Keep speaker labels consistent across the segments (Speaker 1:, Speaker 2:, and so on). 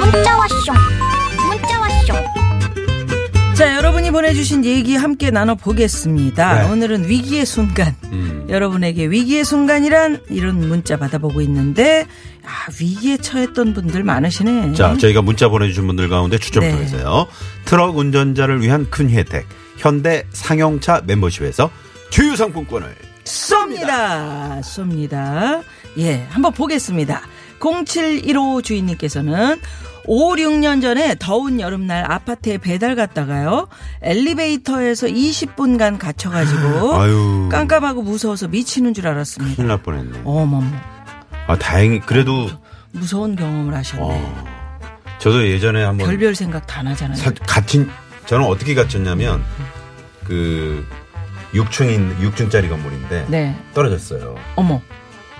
Speaker 1: 문자 왔쇼 문자 왔쇼
Speaker 2: 자, 여러분이 보내주신 얘기 함께 나눠보겠습니다.
Speaker 3: 네.
Speaker 2: 오늘은 위기의 순간.
Speaker 3: 음.
Speaker 2: 여러분에게 위기의 순간이란 이런 문자 받아보고 있는데, 아, 위기에 처했던 분들 많으시네.
Speaker 3: 자, 저희가 문자 보내주신 분들 가운데 추첨
Speaker 2: 네.
Speaker 3: 통해서요. 트럭 운전자를 위한 큰 혜택, 현대 상용차 멤버십에서 주유상품권을.
Speaker 2: 쏩니다. 쏩니다. 예, 한번 보겠습니다. 0715 주인님께서는 5, 6년 전에 더운 여름날 아파트에 배달 갔다가요. 엘리베이터에서 20분간 갇혀가지고
Speaker 3: 아유.
Speaker 2: 어? 깜깜하고 무서워서 미치는 줄 알았습니다.
Speaker 3: 큰일 날 뻔했네.
Speaker 2: 어머머. 어?
Speaker 3: 아, 다행히, 그래도,
Speaker 2: 무서운 경험을 하셨네.
Speaker 3: 어, 저도 예전에 한번.
Speaker 2: 별별 생각 다 나잖아요.
Speaker 3: 사- 갇힌, 저는 어떻게 갇혔냐면, 그, 6층인, 6층짜리 건물인데.
Speaker 2: 네.
Speaker 3: 떨어졌어요.
Speaker 2: 어머.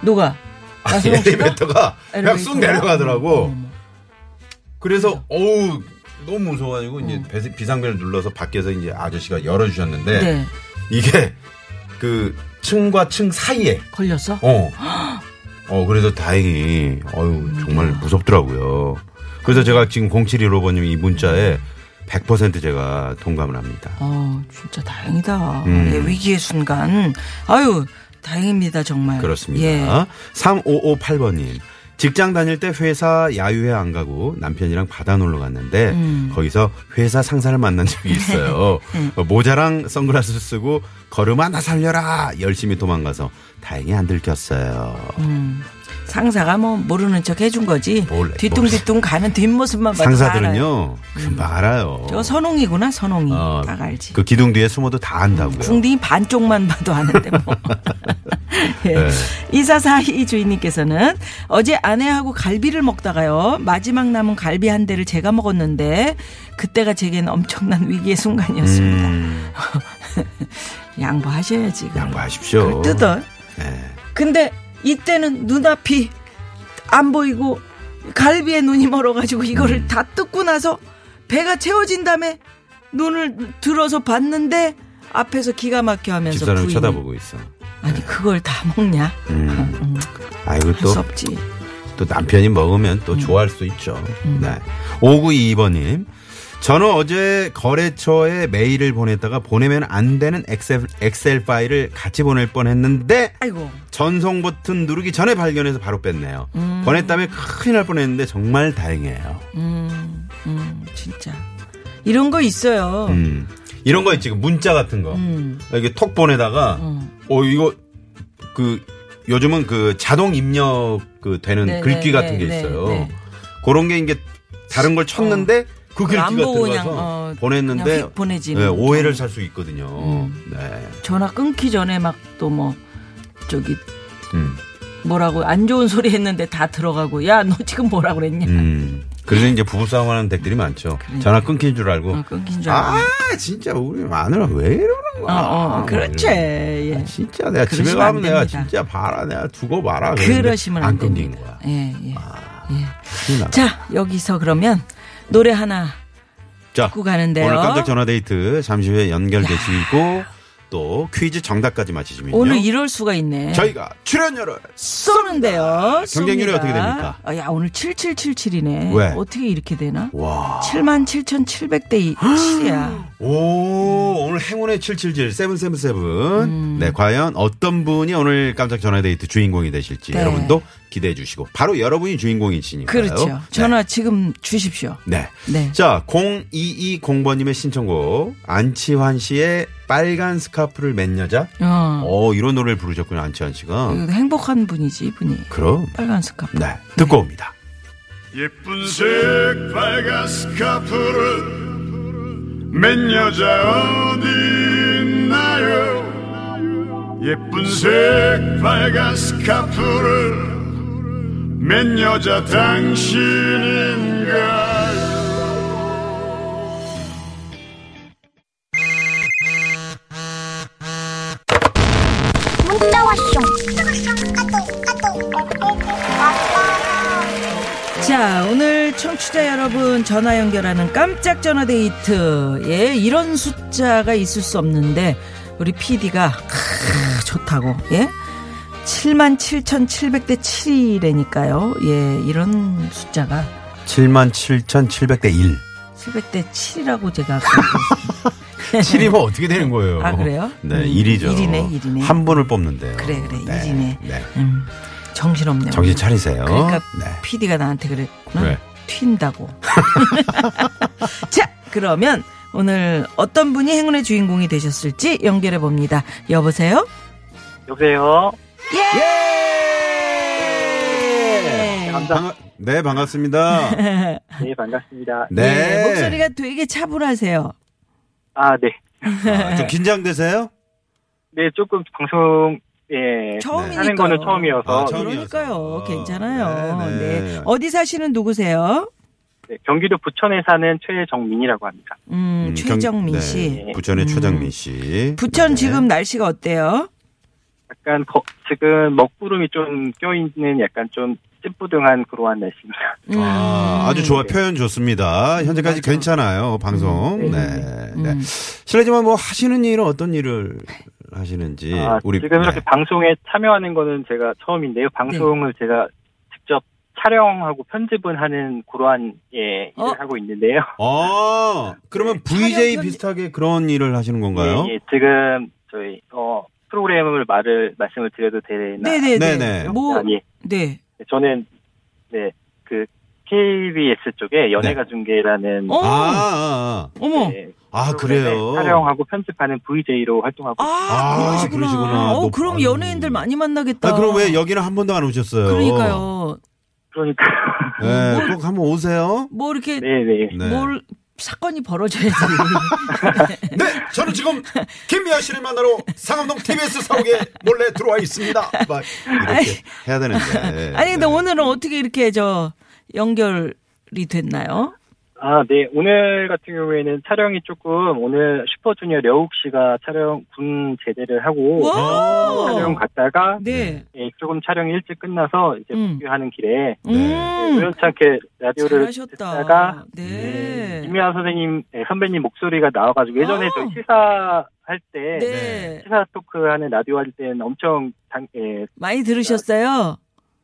Speaker 2: 누가?
Speaker 3: 아,
Speaker 2: 나선홍 씨가?
Speaker 3: 엘리베이터가 그냥 쑥
Speaker 2: 엘리베이터가?
Speaker 3: 내려가더라고.
Speaker 2: 어머,
Speaker 3: 그래서 어우 너무 무서워가지고 이제 배- 비상벨을 눌러서 밖에서 이제 아저씨가 열어주셨는데
Speaker 2: 어. 네.
Speaker 3: 이게 그 층과 층 사이에
Speaker 2: 걸렸어?
Speaker 3: 어. 어 그래서 다행히 어유 정말 무섭더라고요. 그래서 제가 지금 0715번님 이 문자에 100% 제가 동감을 합니다.
Speaker 2: 어, 진짜 다행이다.
Speaker 3: 음.
Speaker 2: 예, 위기의 순간. 아유, 다행입니다, 정말.
Speaker 3: 그렇습니다.
Speaker 2: 예.
Speaker 3: 3558번님. 직장 다닐 때 회사 야유회 안 가고 남편이랑 바다 놀러 갔는데 거기서 회사 상사를 만난 적이 있어요. 어, 모자랑 선글라스 쓰고 걸음 하나 살려라 열심히 도망가서 다행히 안 들켰어요.
Speaker 2: 상사가 뭐 모르는 척 해준 거지.
Speaker 3: 몰래,
Speaker 2: 뒤뚱뒤뚱 가는 뒷모습만 봐도 다 알아요. 음.
Speaker 3: 상사들은요 금방 알아요.
Speaker 2: 저 선홍이구나, 선홍이.
Speaker 3: 어,
Speaker 2: 다 알지.
Speaker 3: 그 기둥 뒤에 숨어도 다 안다고요.
Speaker 2: 궁둥이 반쪽만 봐도 아는데 뭐. 예.
Speaker 3: 네.
Speaker 2: 이사사이 주인님께서는 어제 아내하고 갈비를 먹다가요. 마지막 남은 갈비 한 대를 제가 먹었는데 그때가 제겐 엄청난 위기의 순간이었습니다.
Speaker 3: 음,
Speaker 2: 양보하셔야지. 그걸.
Speaker 3: 양보하십시오.
Speaker 2: 그걸 뜯어.
Speaker 3: 네.
Speaker 2: 근데 이때는 눈앞이 안 보이고 갈비에 눈이 멀어가지고 이거를
Speaker 3: 음.
Speaker 2: 다 뜯고 나서 배가 채워진 다음에 눈을 들어서 봤는데 앞에서 기가 막혀 하면서
Speaker 3: 집사람
Speaker 2: 부인이
Speaker 3: 쳐다보고 있어.
Speaker 2: 아니 그걸 다 먹냐?
Speaker 3: 음. 아이고
Speaker 2: 할 수
Speaker 3: 또
Speaker 2: 없지.
Speaker 3: 또 남편이 먹으면
Speaker 2: 음.
Speaker 3: 또 좋아할 수 있죠. 네. 5922번님. 저는 어제 거래처에 메일을 보냈다가 보내면 안 되는 엑셀, 엑셀 파일을 같이 보낼 뻔 했는데
Speaker 2: 아이고
Speaker 3: 전송 버튼 누르기 전에 발견해서 바로 뺐네요. 보냈다면 큰일 날 뻔했는데 정말 다행이에요.
Speaker 2: 음, 진짜 이런 거 있어요.
Speaker 3: 음. 이런 거 있지. 그 문자 같은 거.
Speaker 2: 음.
Speaker 3: 이렇게 톡 보내다가 어 이거 그 요즘은 그 자동 입력 그 되는
Speaker 2: 네, 네,
Speaker 3: 글귀 같은
Speaker 2: 네,
Speaker 3: 게
Speaker 2: 네,
Speaker 3: 있어요.
Speaker 2: 네. 어.
Speaker 3: 그런 게 이제 다른 걸 쳤는데
Speaker 2: 그걸
Speaker 3: 그 글귀가
Speaker 2: 안 보고
Speaker 3: 들어가서
Speaker 2: 그냥, 어,
Speaker 3: 보냈는데
Speaker 2: 그냥 휙 보내지는
Speaker 3: 네, 오해를
Speaker 2: 경우.
Speaker 3: 살 수 있거든요.
Speaker 2: 음.
Speaker 3: 네.
Speaker 2: 전화 끊기 전에 막 또 뭐 저기
Speaker 3: 음.
Speaker 2: 뭐라고 안 좋은 소리 했는데 다 들어가고 야 너 지금 뭐라 그랬냐?
Speaker 3: 음. 그래서 이제 부부싸움 하는 댁들이 많죠.
Speaker 2: 그러니까.
Speaker 3: 전화 끊긴 줄 알고.
Speaker 2: 어, 끊긴 줄 알고.
Speaker 3: 아, 진짜 우리 마누라 왜 이러는
Speaker 2: 어,
Speaker 3: 거야.
Speaker 2: 어,
Speaker 3: 뭐
Speaker 2: 그렇지.
Speaker 3: 이런.
Speaker 2: 예.
Speaker 3: 아, 진짜 내가 집에
Speaker 2: 그러시면
Speaker 3: 가면
Speaker 2: 안
Speaker 3: 내가
Speaker 2: 됩니다.
Speaker 3: 진짜 봐라 내가 두고 봐라 그랬는데
Speaker 2: 그러시면 안
Speaker 3: 끊긴
Speaker 2: 됩니다.
Speaker 3: 거야.
Speaker 2: 예, 예. 예.
Speaker 3: 큰일 나다.
Speaker 2: 자, 여기서 그러면 노래 하나
Speaker 3: 자,
Speaker 2: 듣고 가는데요.
Speaker 3: 오늘 깜짝 전화 데이트 잠시 후에 연결되시고 또 퀴즈 정답까지 맞히시면요.
Speaker 2: 오늘 이럴 수가 있네.
Speaker 3: 저희가 출연료를
Speaker 2: 쏘는데요.
Speaker 3: 경쟁률이
Speaker 2: 쏩니다.
Speaker 3: 어떻게 됩니까?
Speaker 2: 아, 야, 오늘 7777이네.
Speaker 3: 왜?
Speaker 2: 어떻게 이렇게 되나?
Speaker 3: 와.
Speaker 2: 77,700대 7이야.
Speaker 3: 오, 오늘 행운의 777 777.
Speaker 2: 음.
Speaker 3: 네, 과연 어떤 분이 오늘 깜짝 전화 데이트 주인공이 되실지
Speaker 2: 네.
Speaker 3: 여러분도 기대해 주시고 바로 여러분이 주인공이시니까요.
Speaker 2: 그렇죠. 전화 지금 주십시오.
Speaker 3: 네.
Speaker 2: 네.
Speaker 3: 자, 0220번님의 신청곡 안치환 씨의 빨간 스카프를 맨 여자.
Speaker 2: 어.
Speaker 3: 어, 이런 노래를 부르셨군요, 안치환 씨가.
Speaker 2: 이거 행복한 분이지, 이분이.
Speaker 3: 그럼
Speaker 2: 빨간 스카프.
Speaker 3: 네, 듣고 옵니다.
Speaker 4: 예쁜 색 빨간 스카프를 맨 여자 어디 있나요 예쁜 색 빨간 스카프를 맨 여자 당신인가요
Speaker 1: 문자 왔쇼 문자 왔쇼 까똑 까똑 왔다
Speaker 2: 자, 오늘 청취자 여러분 전화 연결하는 깜짝 전화 데이트. 예, 이런 숫자가 있을 수 없는데, 우리 PD가, 크, 좋다고, 예? 77,700대 7이래니까요. 예, 이런 숫자가
Speaker 3: 77,700대 1.
Speaker 2: 700대 7이라고 제가.
Speaker 3: 7이면 어떻게 되는 거예요?
Speaker 2: 네. 아, 그래요?
Speaker 3: 네,
Speaker 2: 음,
Speaker 3: 1이죠.
Speaker 2: 일이네, 일이네.
Speaker 3: 한 분을 뽑는데요.
Speaker 2: 그래, 그래,
Speaker 3: 네,
Speaker 2: 일이네.
Speaker 3: 네.
Speaker 2: 음, 정신없네요.
Speaker 3: 정신 차리세요.
Speaker 2: 그러니까
Speaker 3: 네.
Speaker 2: PD가 나한테 그랬구나.
Speaker 3: 왜?
Speaker 2: 튄다고. 자, 그러면 오늘 어떤 분이 행운의 주인공이 되셨을지 연결해 봅니다. 여보세요?
Speaker 5: 여보세요.
Speaker 3: 예! 반가- 네, 반갑습니다. 아.
Speaker 5: 네 반갑습니다.
Speaker 3: 네.
Speaker 2: 예, 목소리가 되게 차분하세요.
Speaker 5: 아 네.
Speaker 3: 아, 좀 긴장되세요?
Speaker 5: 네 조금 방송 예
Speaker 2: 처음이니까요.
Speaker 5: 하는 거는 처음이어서
Speaker 3: 아, 처음.
Speaker 2: 그러니까요.
Speaker 3: 처음이어서.
Speaker 2: 괜찮아요.
Speaker 3: 네, 네.
Speaker 2: 네, 어디 사시는 누구세요?
Speaker 5: 네, 경기도 부천에 사는 최정민이라고 합니다.
Speaker 2: 음,
Speaker 3: 음,
Speaker 2: 최정민
Speaker 3: 경-
Speaker 2: 씨. 음.
Speaker 3: 네, 부천의 최정민 씨.
Speaker 2: 부천
Speaker 3: 네.
Speaker 2: 지금 날씨가 어때요?
Speaker 5: 약간 거- 지금 먹구름이 좀 껴있는 약간 좀 찌뿌둥한 그러한 날씨입니다.
Speaker 2: 음.
Speaker 3: 아, 아주 좋아 표현 좋습니다. 현재까지
Speaker 2: 맞아.
Speaker 3: 괜찮아요 방송.
Speaker 5: 음,
Speaker 3: 네. 네. 실례지만 뭐 하시는 일은 어떤 일을 하시는지
Speaker 5: 아, 지금 이렇게
Speaker 3: 네.
Speaker 5: 방송에 참여하는 거는 제가 처음인데요. 방송을 제가 직접 촬영하고 편집은 하는 그러한 예 일을
Speaker 2: 어?
Speaker 5: 하고 있는데요.
Speaker 3: 아 그러면 VJ
Speaker 2: 네, 촬영,
Speaker 3: 비슷하게 그런 일을 하시는 건가요?
Speaker 5: 네, 예, 지금 저희 어 프로그램을 말을 말씀을 드려도 되나?
Speaker 2: 네네네.
Speaker 3: 네네.
Speaker 2: 뭐,
Speaker 5: 아니, 예.
Speaker 2: 네.
Speaker 5: 저는 네 그 KBS 쪽에 연예가 중계라는
Speaker 2: 네. 어,
Speaker 3: 아, 아, 아.
Speaker 2: 어머.
Speaker 5: 네,
Speaker 3: 아,
Speaker 5: 프로그램에
Speaker 3: 그래요.
Speaker 5: 촬영하고 편집하는 VJ로 활동하고
Speaker 2: 아,
Speaker 3: 아,
Speaker 2: 그러시구나.
Speaker 3: 그러시구나.
Speaker 2: 어,
Speaker 3: 뭐-
Speaker 2: 그럼 연예인들 많이 만나겠다.
Speaker 3: 아, 그럼 왜 여기는 한 번도 안 오셨어요?
Speaker 2: 그러니까요.
Speaker 5: 그러니까
Speaker 3: 네, 꼭 한번 오세요.
Speaker 2: 뭐 이렇게
Speaker 5: 네네
Speaker 3: 네.
Speaker 2: 뭘 사건이 벌어져야지.
Speaker 3: 네, 저는 지금 김미아 씨를 만나러 상암동 TBS 사옥에 몰래 들어와 있습니다. 막 이렇게 해야 되는데.
Speaker 2: 아니 근데
Speaker 3: 네.
Speaker 2: 오늘은 어떻게 이렇게 저 연결이 됐나요?
Speaker 5: 아네 오늘 같은 경우에는 촬영이 조금 오늘 슈퍼주니어 려욱 씨가 촬영 군 제대를 하고 촬영
Speaker 2: 와.
Speaker 5: 갔다가
Speaker 2: 네.
Speaker 5: 예, 조금 촬영이 일찍 끝나서 이제
Speaker 2: 음.
Speaker 5: 복귀하는 길에
Speaker 3: 네.
Speaker 5: 네,
Speaker 2: 음.
Speaker 5: 우연찮게 라디오를 듣다가
Speaker 2: 잘하셨다. 네.
Speaker 5: 김미아 선생님 예, 선배님 목소리가 나와가지고 예전에
Speaker 2: 아.
Speaker 5: 저 시사 할때
Speaker 2: 네.
Speaker 5: 시사 토크하는 라디오 할 때는 엄청 당, 예,
Speaker 2: 많이 들으셨어요?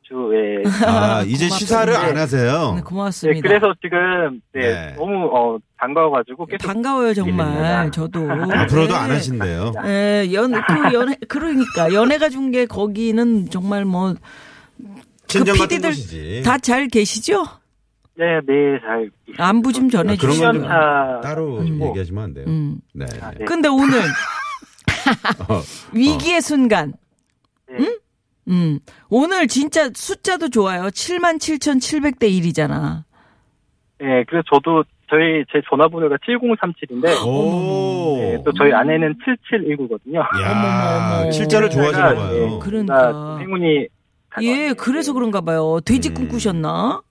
Speaker 5: 주, 예.
Speaker 3: 아, 이제
Speaker 2: 고맙습니다.
Speaker 3: 시사를 안 하세요.
Speaker 2: 네,
Speaker 5: 네,
Speaker 2: 고맙습니다.
Speaker 5: 그래서 지금, 네,
Speaker 3: 네.
Speaker 5: 너무, 어, 반가워가지고
Speaker 2: 네,
Speaker 5: 계속.
Speaker 2: 반가워요 정말
Speaker 5: 됩니다.
Speaker 2: 저도.
Speaker 3: 앞으로도
Speaker 2: 네.
Speaker 3: 안 하신대요.
Speaker 2: 예, 연, 그 연애, 그러니까, 연애가 준 게 거기는 정말 뭐,
Speaker 3: 친정 같은
Speaker 2: PD들
Speaker 3: 곳이지.
Speaker 2: 다 잘 계시죠?
Speaker 5: 네, 네, 잘.
Speaker 2: 안부 좀
Speaker 3: 아, 그런
Speaker 2: 전해주시면.
Speaker 3: 건 좀
Speaker 5: 아,
Speaker 3: 따로
Speaker 5: 음.
Speaker 3: 얘기하시면 안 돼요.
Speaker 2: 음.
Speaker 3: 네.
Speaker 5: 네.
Speaker 2: 근데 오늘,
Speaker 3: 어,
Speaker 2: 위기의 순간.
Speaker 5: 네.
Speaker 2: 응? 음. 오늘 진짜 숫자도 좋아요. 77,700대 1이잖아.
Speaker 5: 네, 그래서 저도, 저희, 제 전화번호가 7037인데,
Speaker 3: 오.
Speaker 5: 네, 또 저희 아내는 7719거든요.
Speaker 3: 야,
Speaker 5: 네,
Speaker 3: 칠자를 좋아하시나 봐요.
Speaker 2: 그- 그러니까.
Speaker 5: 행운이.
Speaker 2: 예, 그래서
Speaker 5: 네.
Speaker 2: 그런가 봐요.
Speaker 3: 음.
Speaker 2: 돼지 꿈꾸셨나?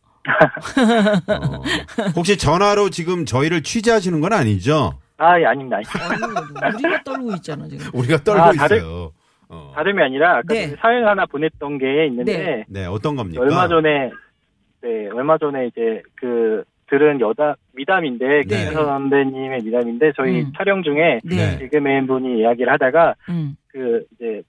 Speaker 3: 어. 혹시 전화로 지금 저희를 취재하시는 건 아니죠?
Speaker 5: 아, 예, 아닙니다. 아닙니다.
Speaker 2: 아유, 우리가 떨고 있잖아, 지금.
Speaker 3: 우리가 떨고
Speaker 5: 아, 다른-
Speaker 3: 있어요. 어.
Speaker 5: 다름이 아니라, 아까
Speaker 2: 네.
Speaker 5: 네. 사연 하나 보냈던 게 있는데,
Speaker 2: 네.
Speaker 3: 네, 어떤 겁니까?
Speaker 5: 얼마 전에 네 얼마 전에 이제 그 들은 여자 미담인데 김
Speaker 3: 네.
Speaker 5: 선배님의 미담인데 저희
Speaker 2: 음.
Speaker 5: 촬영 중에
Speaker 2: 네.
Speaker 5: 개그맨 분이 이야기를 하다가
Speaker 2: 음.
Speaker 5: 그 이제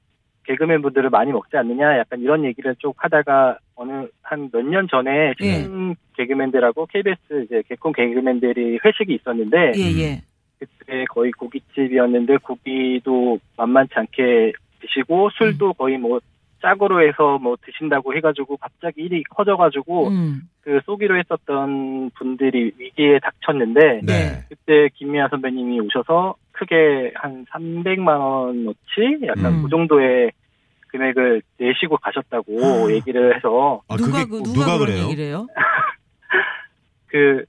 Speaker 5: 개그맨 분들을 많이 먹지 않느냐 약간 이런 얘기를 쭉 하다가 어느 한 몇 년 전에
Speaker 3: 네.
Speaker 2: 예.
Speaker 5: 신인 개그맨들하고 KBS 이제 개콘 개그맨들이 회식이 있었는데
Speaker 2: 예, 예.
Speaker 5: 그때 네, 거의 고깃집이었는데 고기도 만만치 않게 드시고
Speaker 2: 음.
Speaker 5: 술도 거의 뭐 짝으로 해서 뭐 드신다고 해가지고 갑자기 일이 커져가지고
Speaker 2: 음.
Speaker 5: 그 쏘기로 했었던 분들이 위기에
Speaker 2: 음.
Speaker 5: 닥쳤는데
Speaker 3: 네.
Speaker 5: 그때 김미아 선배님이 오셔서 크게 한 300만 원어치 약간
Speaker 2: 음.
Speaker 5: 그 정도의 금액을 내시고 가셨다고 얘기를 해서
Speaker 3: 아,
Speaker 2: 누가,
Speaker 3: 그게
Speaker 2: 그, 누가, 그런
Speaker 3: 누가 그래요?
Speaker 2: 얘기를 해요?
Speaker 5: 그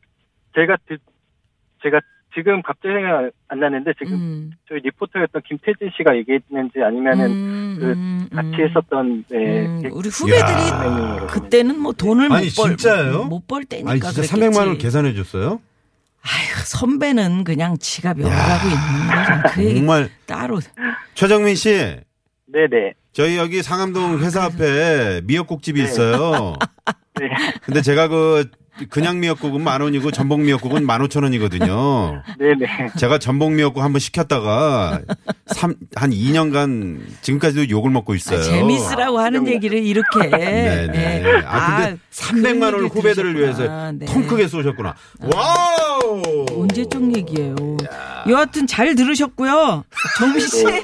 Speaker 5: 제가 듣- 제가 지금 갑자기 생각 안 나는데 지금
Speaker 2: 음.
Speaker 5: 저희 리포터였던 김태진 씨가 얘기했는지 아니면은
Speaker 2: 음,
Speaker 5: 그
Speaker 2: 음,
Speaker 5: 같이 했었던 네,
Speaker 2: 음,
Speaker 5: 개-
Speaker 2: 우리 후배들이
Speaker 3: 야.
Speaker 5: 선배님이거든요.
Speaker 2: 그때는 뭐 돈을
Speaker 3: 아니,
Speaker 2: 못 벌,
Speaker 3: 진짜예요?
Speaker 2: 못 벌 때니까.
Speaker 3: 아니 진짜
Speaker 2: 그러니까 그랬겠지.
Speaker 3: 300만 원을 계산해 줬어요?
Speaker 2: 아휴, 선배는 그냥 지가 명하고 있는 거잖아. 그 얘기
Speaker 3: 정말
Speaker 2: 따로.
Speaker 3: 최정민 씨
Speaker 5: 네네
Speaker 2: 아, 네.
Speaker 3: 저희 여기 상암동 회사 앞에 미역국집이 있어요.
Speaker 5: 네.
Speaker 3: 근데 제가 그 그냥 미역국은 만 원이고 전복 미역국은 만 오천 원이거든요.
Speaker 5: 네네.
Speaker 2: 아.
Speaker 3: 제가 전복 미역국 한번 시켰다가 삼, 한 2년간 지금까지도 욕을 먹고 있어요.
Speaker 2: 아, 재밌으라고
Speaker 5: 아,
Speaker 2: 하는 얘기를 이렇게.
Speaker 3: 네, 네. 아, 근데 300만
Speaker 2: 그
Speaker 3: 원을
Speaker 2: 얘기를 들으셨구나.
Speaker 3: 후배들을 위해서
Speaker 2: 네. 아.
Speaker 3: 통 크게 쏘셨구나. 와우!
Speaker 2: 언제적 얘기예요. 여하튼 잘 들으셨고요. 정민 씨.
Speaker 5: 네.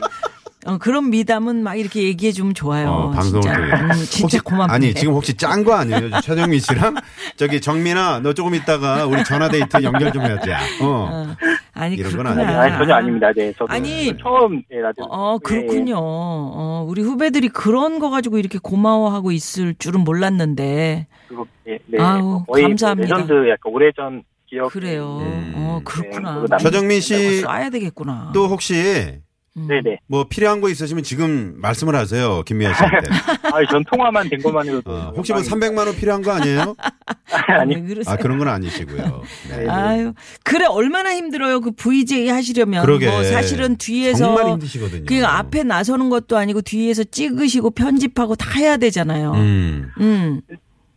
Speaker 2: 어, 그런 미담은 막 이렇게 얘기해 주면 좋아요.
Speaker 3: 어, 방송을
Speaker 2: 진짜,
Speaker 3: 통해.
Speaker 2: 음, 진짜
Speaker 3: 혹시-
Speaker 2: 고맙네.
Speaker 3: 아니, 지금 혹시 짠 거 아니에요? 최정민 씨랑? 저기, 정민아, 너 조금 있다가 우리 전화데이트 연결 좀 해야지. 어.
Speaker 2: 아니
Speaker 3: 이런 건
Speaker 2: 그렇구나.
Speaker 3: 아니에요.
Speaker 5: 아니, 전혀 아닙니다. 네, 저도
Speaker 2: 아니,
Speaker 5: 처음 네, 라디오.
Speaker 2: 어
Speaker 5: 네.
Speaker 2: 그렇군요. 어, 우리 후배들이 그런 거 가지고 이렇게 고마워하고 있을 줄은 몰랐는데
Speaker 5: 그거, 네, 네.
Speaker 2: 아우,
Speaker 5: 거의
Speaker 2: 감사합니다.
Speaker 5: 레전드 약간 오래전 기억.
Speaker 2: 그래요.
Speaker 3: 음.
Speaker 2: 어 그렇구나. 어,
Speaker 5: 네, 그거
Speaker 3: 최정민 씨,
Speaker 2: 쏴야 되겠구나.
Speaker 3: 또 혹시
Speaker 5: 네네.
Speaker 3: 뭐 필요한 거 있으시면 지금 말씀을 하세요. 김미아 씨한테.
Speaker 5: 아, 전 통화만 된 것만으로도. 아,
Speaker 3: 어, 혹시 뭐 300만 원 필요한 거 아니에요?
Speaker 2: 왜
Speaker 5: 아니,
Speaker 2: 그러세요?
Speaker 3: 아, 그런 건 아니시고요. 네.
Speaker 2: 아유, 그래 얼마나 힘들어요. 그 VJ 하시려면
Speaker 3: 그러게.
Speaker 2: 뭐 사실은 뒤에서
Speaker 3: 정말 힘드시거든요.
Speaker 2: 그 앞에 나서는 것도 아니고 뒤에서 찍으시고 편집하고 다 해야 되잖아요. 음.
Speaker 3: 음.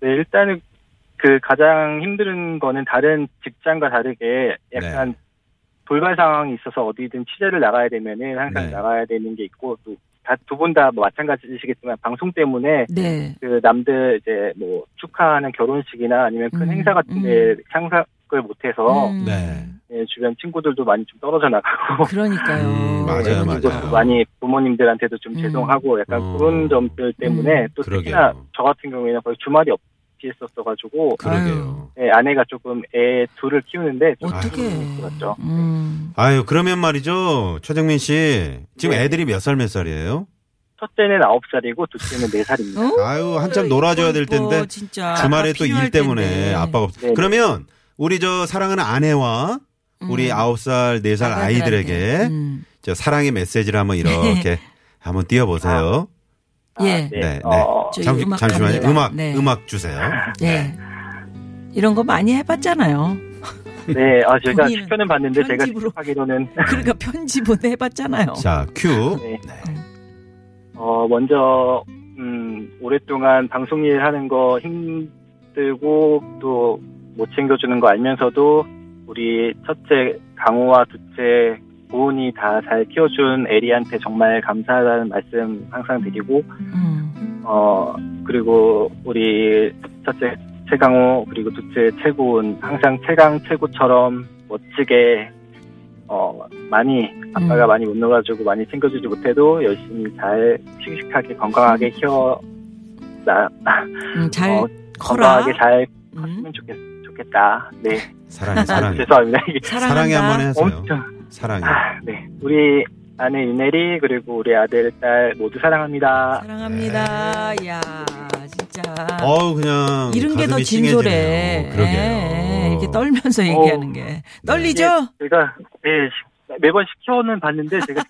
Speaker 5: 네, 일단은 그 가장 힘든 거는 다른 직장과 다르게 약간
Speaker 3: 네.
Speaker 5: 돌발 상황이 있어서 어디든 취재를 나가야 되면은 항상
Speaker 3: 네.
Speaker 5: 나가야 되는 게 있고 두 분 다뭐 마찬가지시겠지만 방송 때문에
Speaker 2: 네.
Speaker 5: 그 남들 이제 뭐 축하하는 결혼식이나 아니면 큰
Speaker 2: 음,
Speaker 5: 행사 같은 데 참석을 못해서
Speaker 2: 음,
Speaker 3: 네.
Speaker 5: 예, 주변 친구들도 많이 좀 떨어져 나가고
Speaker 2: 그러니까요.
Speaker 3: 음, 맞아요,
Speaker 5: 그래서
Speaker 3: 맞아요.
Speaker 5: 많이 부모님들한테도 좀
Speaker 2: 음.
Speaker 5: 죄송하고 약간
Speaker 3: 어. 음,
Speaker 5: 그런 점들 때문에 또 특히나
Speaker 3: 그러게요.
Speaker 5: 저 같은 경우에는 거의 주말이 없이 있었어가지고
Speaker 3: 그러게요.
Speaker 5: 예, 아내가 조금 애 둘을 키우는데 좀
Speaker 2: 어떻게?
Speaker 5: 그렇죠.
Speaker 2: 음.
Speaker 3: 아유, 그러면 말이죠. 최정민 씨. 지금
Speaker 2: 예.
Speaker 5: 네.
Speaker 3: 애들이 몇 살 몇 살이에요?
Speaker 5: 첫째는 아홉 살이고 둘째는 네 살입니다.
Speaker 3: 아유, 한참 놀아줘야 될
Speaker 2: 이뻐,
Speaker 3: 텐데.
Speaker 2: 어? 진짜.
Speaker 3: 주말에
Speaker 2: 아빠
Speaker 3: 또
Speaker 2: 필요할
Speaker 3: 일 때문에
Speaker 2: 텐데.
Speaker 3: 아빠가 없어.
Speaker 5: 네네.
Speaker 3: 그러면 우리 저 사랑하는 아내와 우리 아홉 살, 네 살 아이들에게
Speaker 2: 음.
Speaker 3: 저 사랑의 메시지를 한번 이렇게 한번 띄워보세요.
Speaker 5: 아,
Speaker 2: 예.
Speaker 3: 네, 네.
Speaker 5: 어,
Speaker 2: 저희
Speaker 3: 잠시,
Speaker 2: 음악
Speaker 3: 잠시만요.
Speaker 2: 갑니다.
Speaker 3: 음악,
Speaker 2: 네.
Speaker 3: 음악 주세요.
Speaker 2: 예. 이런 거 많이 해봤잖아요.
Speaker 5: 네, 아, 제가
Speaker 2: 본인은
Speaker 5: 시켜는 봤는데 제가
Speaker 2: 편집으로.
Speaker 5: 시작하기로는
Speaker 2: 그러니까 편집은 해봤잖아요.
Speaker 3: 자, 큐.
Speaker 5: 네.
Speaker 3: 네.
Speaker 5: 어, 먼저, 음, 오랫동안 방송 일 하는 거 힘들고 또 못 챙겨주는 거 알면서도 우리 첫째 강호와 둘째 고은이 다 잘 키워준 에리한테 정말 감사하다는 말씀 항상 드리고,
Speaker 2: 음.
Speaker 5: 어, 그리고 우리 첫째 최강호, 그리고 둘째 최고은 항상 최강 최고처럼 멋지게 어, 많이, 아빠가
Speaker 2: 음.
Speaker 5: 많이 못 놀아주고 많이 챙겨주지 못해도 열심히 잘 씩씩하게 건강하게 키워, 나,
Speaker 2: 음, 잘
Speaker 5: 어,
Speaker 2: 커라.
Speaker 5: 건강하게 잘
Speaker 2: 음.
Speaker 5: 컸으면 좋겠, 좋겠다. 네.
Speaker 3: 사랑해, 사랑해.
Speaker 5: 죄송합니다. 이게
Speaker 2: 아,
Speaker 3: 사랑해
Speaker 2: 사랑한다.
Speaker 3: 한번 해주세요.
Speaker 5: 엄청,
Speaker 3: 사랑해.
Speaker 5: 아, 네. 우리 아내 윤혜리, 그리고 우리 아들, 딸 모두 사랑합니다.
Speaker 2: 사랑합니다. 야 진짜.
Speaker 3: 네. 어우 그냥
Speaker 2: 이런 게 더
Speaker 3: 가슴이
Speaker 2: 진솔해.
Speaker 3: 찡해지네요. 그러게요.
Speaker 2: 예, 이렇게 떨면서 얘기하는 게 떨리죠?
Speaker 5: 제가 예, 시- 매번 시켜는 봤는데 제가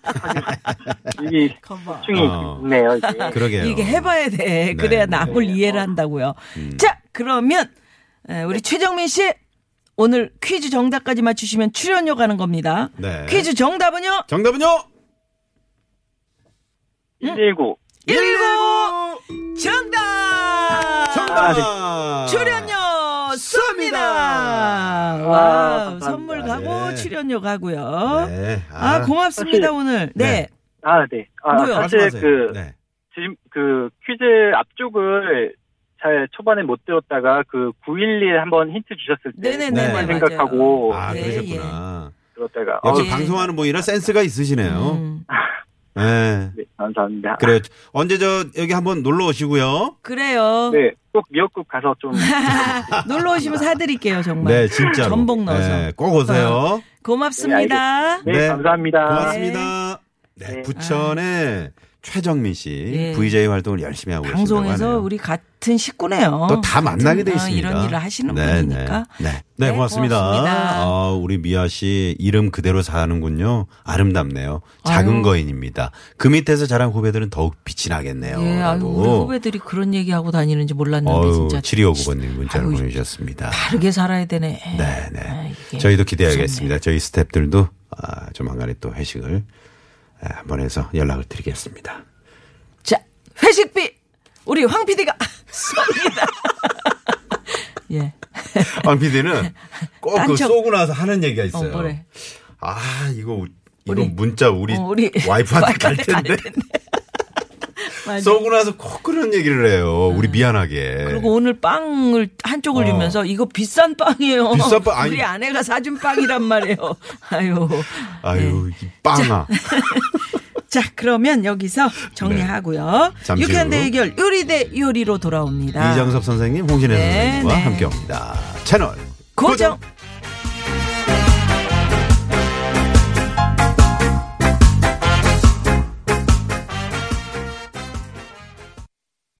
Speaker 5: 이게
Speaker 2: 커버.
Speaker 5: 중이
Speaker 3: 어.
Speaker 5: 있네요. 이게.
Speaker 3: 그러게요.
Speaker 2: 이게 해봐야 돼. 그래야
Speaker 3: 네,
Speaker 2: 남을
Speaker 5: 네.
Speaker 2: 이해를 한다고요.
Speaker 3: 음.
Speaker 2: 자 그러면 에, 우리 최정민 씨 오늘 퀴즈 정답까지 맞추시면 출연료 가는 겁니다.
Speaker 3: 네.
Speaker 2: 퀴즈 정답은요?
Speaker 3: 정답은요? 음.
Speaker 5: 119.
Speaker 2: 19 정답.
Speaker 3: 정답.
Speaker 2: 출연료 쏩니다.
Speaker 5: 와,
Speaker 2: 와,
Speaker 5: 감사합니다.
Speaker 2: 선물 가고
Speaker 3: 네.
Speaker 2: 출연료 가고요.
Speaker 3: 네.
Speaker 2: 아, 고맙습니다
Speaker 5: 사실-
Speaker 2: 오늘.
Speaker 3: 네.
Speaker 2: 네.
Speaker 5: 아, 네. 아,
Speaker 2: 뭐요?
Speaker 5: 사실
Speaker 3: 말씀하세요.
Speaker 5: 그,
Speaker 3: 네.
Speaker 5: 지금 그 퀴즈 앞쪽을 잘 초반에 못 들었다가 그 911 한번 힌트 주셨을 때
Speaker 2: 네네네,
Speaker 3: 네,
Speaker 5: 그걸 생각하고 네,
Speaker 3: 아
Speaker 2: 예,
Speaker 3: 그러셨구나.
Speaker 5: 들었다가 어,
Speaker 3: 역시
Speaker 2: 예.
Speaker 3: 방송하는 분이라 센스가 있으시네요. 어.
Speaker 2: 음.
Speaker 3: 네.
Speaker 5: 네, 감사합니다.
Speaker 3: 그래요. 언제 저 여기 한번 놀러 오시고요.
Speaker 2: 그래요.
Speaker 5: 네, 꼭 미역국 가서 좀
Speaker 2: 놀러 오시면 사드릴게요, 정말.
Speaker 3: 네, 진짜로.
Speaker 2: 음. 전복 넣어서.
Speaker 3: 네, 꼭 오세요.
Speaker 2: 고맙습니다.
Speaker 5: 네,
Speaker 3: 네.
Speaker 2: 아.
Speaker 5: 감사합니다.
Speaker 3: 고맙습니다. 네,
Speaker 5: 네.
Speaker 3: 부천의 최정민 씨
Speaker 2: 예.
Speaker 3: VJ 활동을 열심히 하고 계신다고
Speaker 2: 방송에서
Speaker 3: 하네요.
Speaker 2: 우리 같은 식구네요.
Speaker 3: 또 다 만나게
Speaker 2: 같은,
Speaker 3: 돼
Speaker 2: 어,
Speaker 3: 있습니다.
Speaker 2: 이런 일을 하시는
Speaker 3: 네,
Speaker 2: 분이니까.
Speaker 3: 네, 네. 네,
Speaker 2: 네,
Speaker 3: 고맙습니다.
Speaker 2: 고맙습니다.
Speaker 3: 아, 우리 미아 씨 이름 그대로 사는군요. 아름답네요. 작은
Speaker 2: 아유.
Speaker 3: 거인입니다. 그 밑에서 자란 후배들은 더욱 빛이 나겠네요.
Speaker 2: 예, 아유,
Speaker 3: 라고.
Speaker 2: 우리 후배들이 그런 얘기하고 다니는지 몰랐는데
Speaker 3: 어유
Speaker 2: 진짜
Speaker 3: 7259번님 문자를
Speaker 2: 아유,
Speaker 3: 보내주셨습니다.
Speaker 2: 다르게 살아야 되네.
Speaker 3: 네, 네.
Speaker 2: 아, 이게 무섭네.
Speaker 3: 저희도 기대하겠습니다. 저희 스탭들도 아, 조만간에 또 회식을 아, 한번 해서 연락을 드리겠습니다.
Speaker 2: 자, 회식비 우리 황 PD가 쏩니다. 예.
Speaker 3: 왕 PD는 아, 꼭 그
Speaker 2: 딴청.
Speaker 3: 쏘고 나서 하는 얘기가
Speaker 2: 어,
Speaker 3: 있어요.
Speaker 2: 뭐래.
Speaker 3: 아 이거 우- 이거
Speaker 2: 우리-
Speaker 3: 문자 우리,
Speaker 2: 어, 우리
Speaker 3: 와이프한테 갈
Speaker 2: 와이프한테 갈
Speaker 3: 텐데
Speaker 2: 맞아. 음.
Speaker 3: 쏘고 나서 꼭 그런 얘기를 해요. 우리 미안하게.
Speaker 2: 그리고 오늘 빵을 한쪽을
Speaker 3: 네. 어.
Speaker 2: 주면서 이거 비싼 빵이에요.
Speaker 3: 비싼 빵, 아니.
Speaker 2: 우리 아내가 사준 빵이란 말이에요. 아유.
Speaker 3: 아유
Speaker 2: 네.
Speaker 3: 이 빵아.
Speaker 2: 자, 그러면 여기서 정리하고요.
Speaker 3: 네. 잠시
Speaker 2: 유쾌한
Speaker 3: 후.
Speaker 2: 대결 요리 대 요리로 돌아옵니다.
Speaker 3: 이장섭 선생님, 홍진혜
Speaker 2: 네,
Speaker 3: 선생님과
Speaker 2: 네.
Speaker 3: 함께합니다. 채널
Speaker 2: 고정.
Speaker 3: 고정.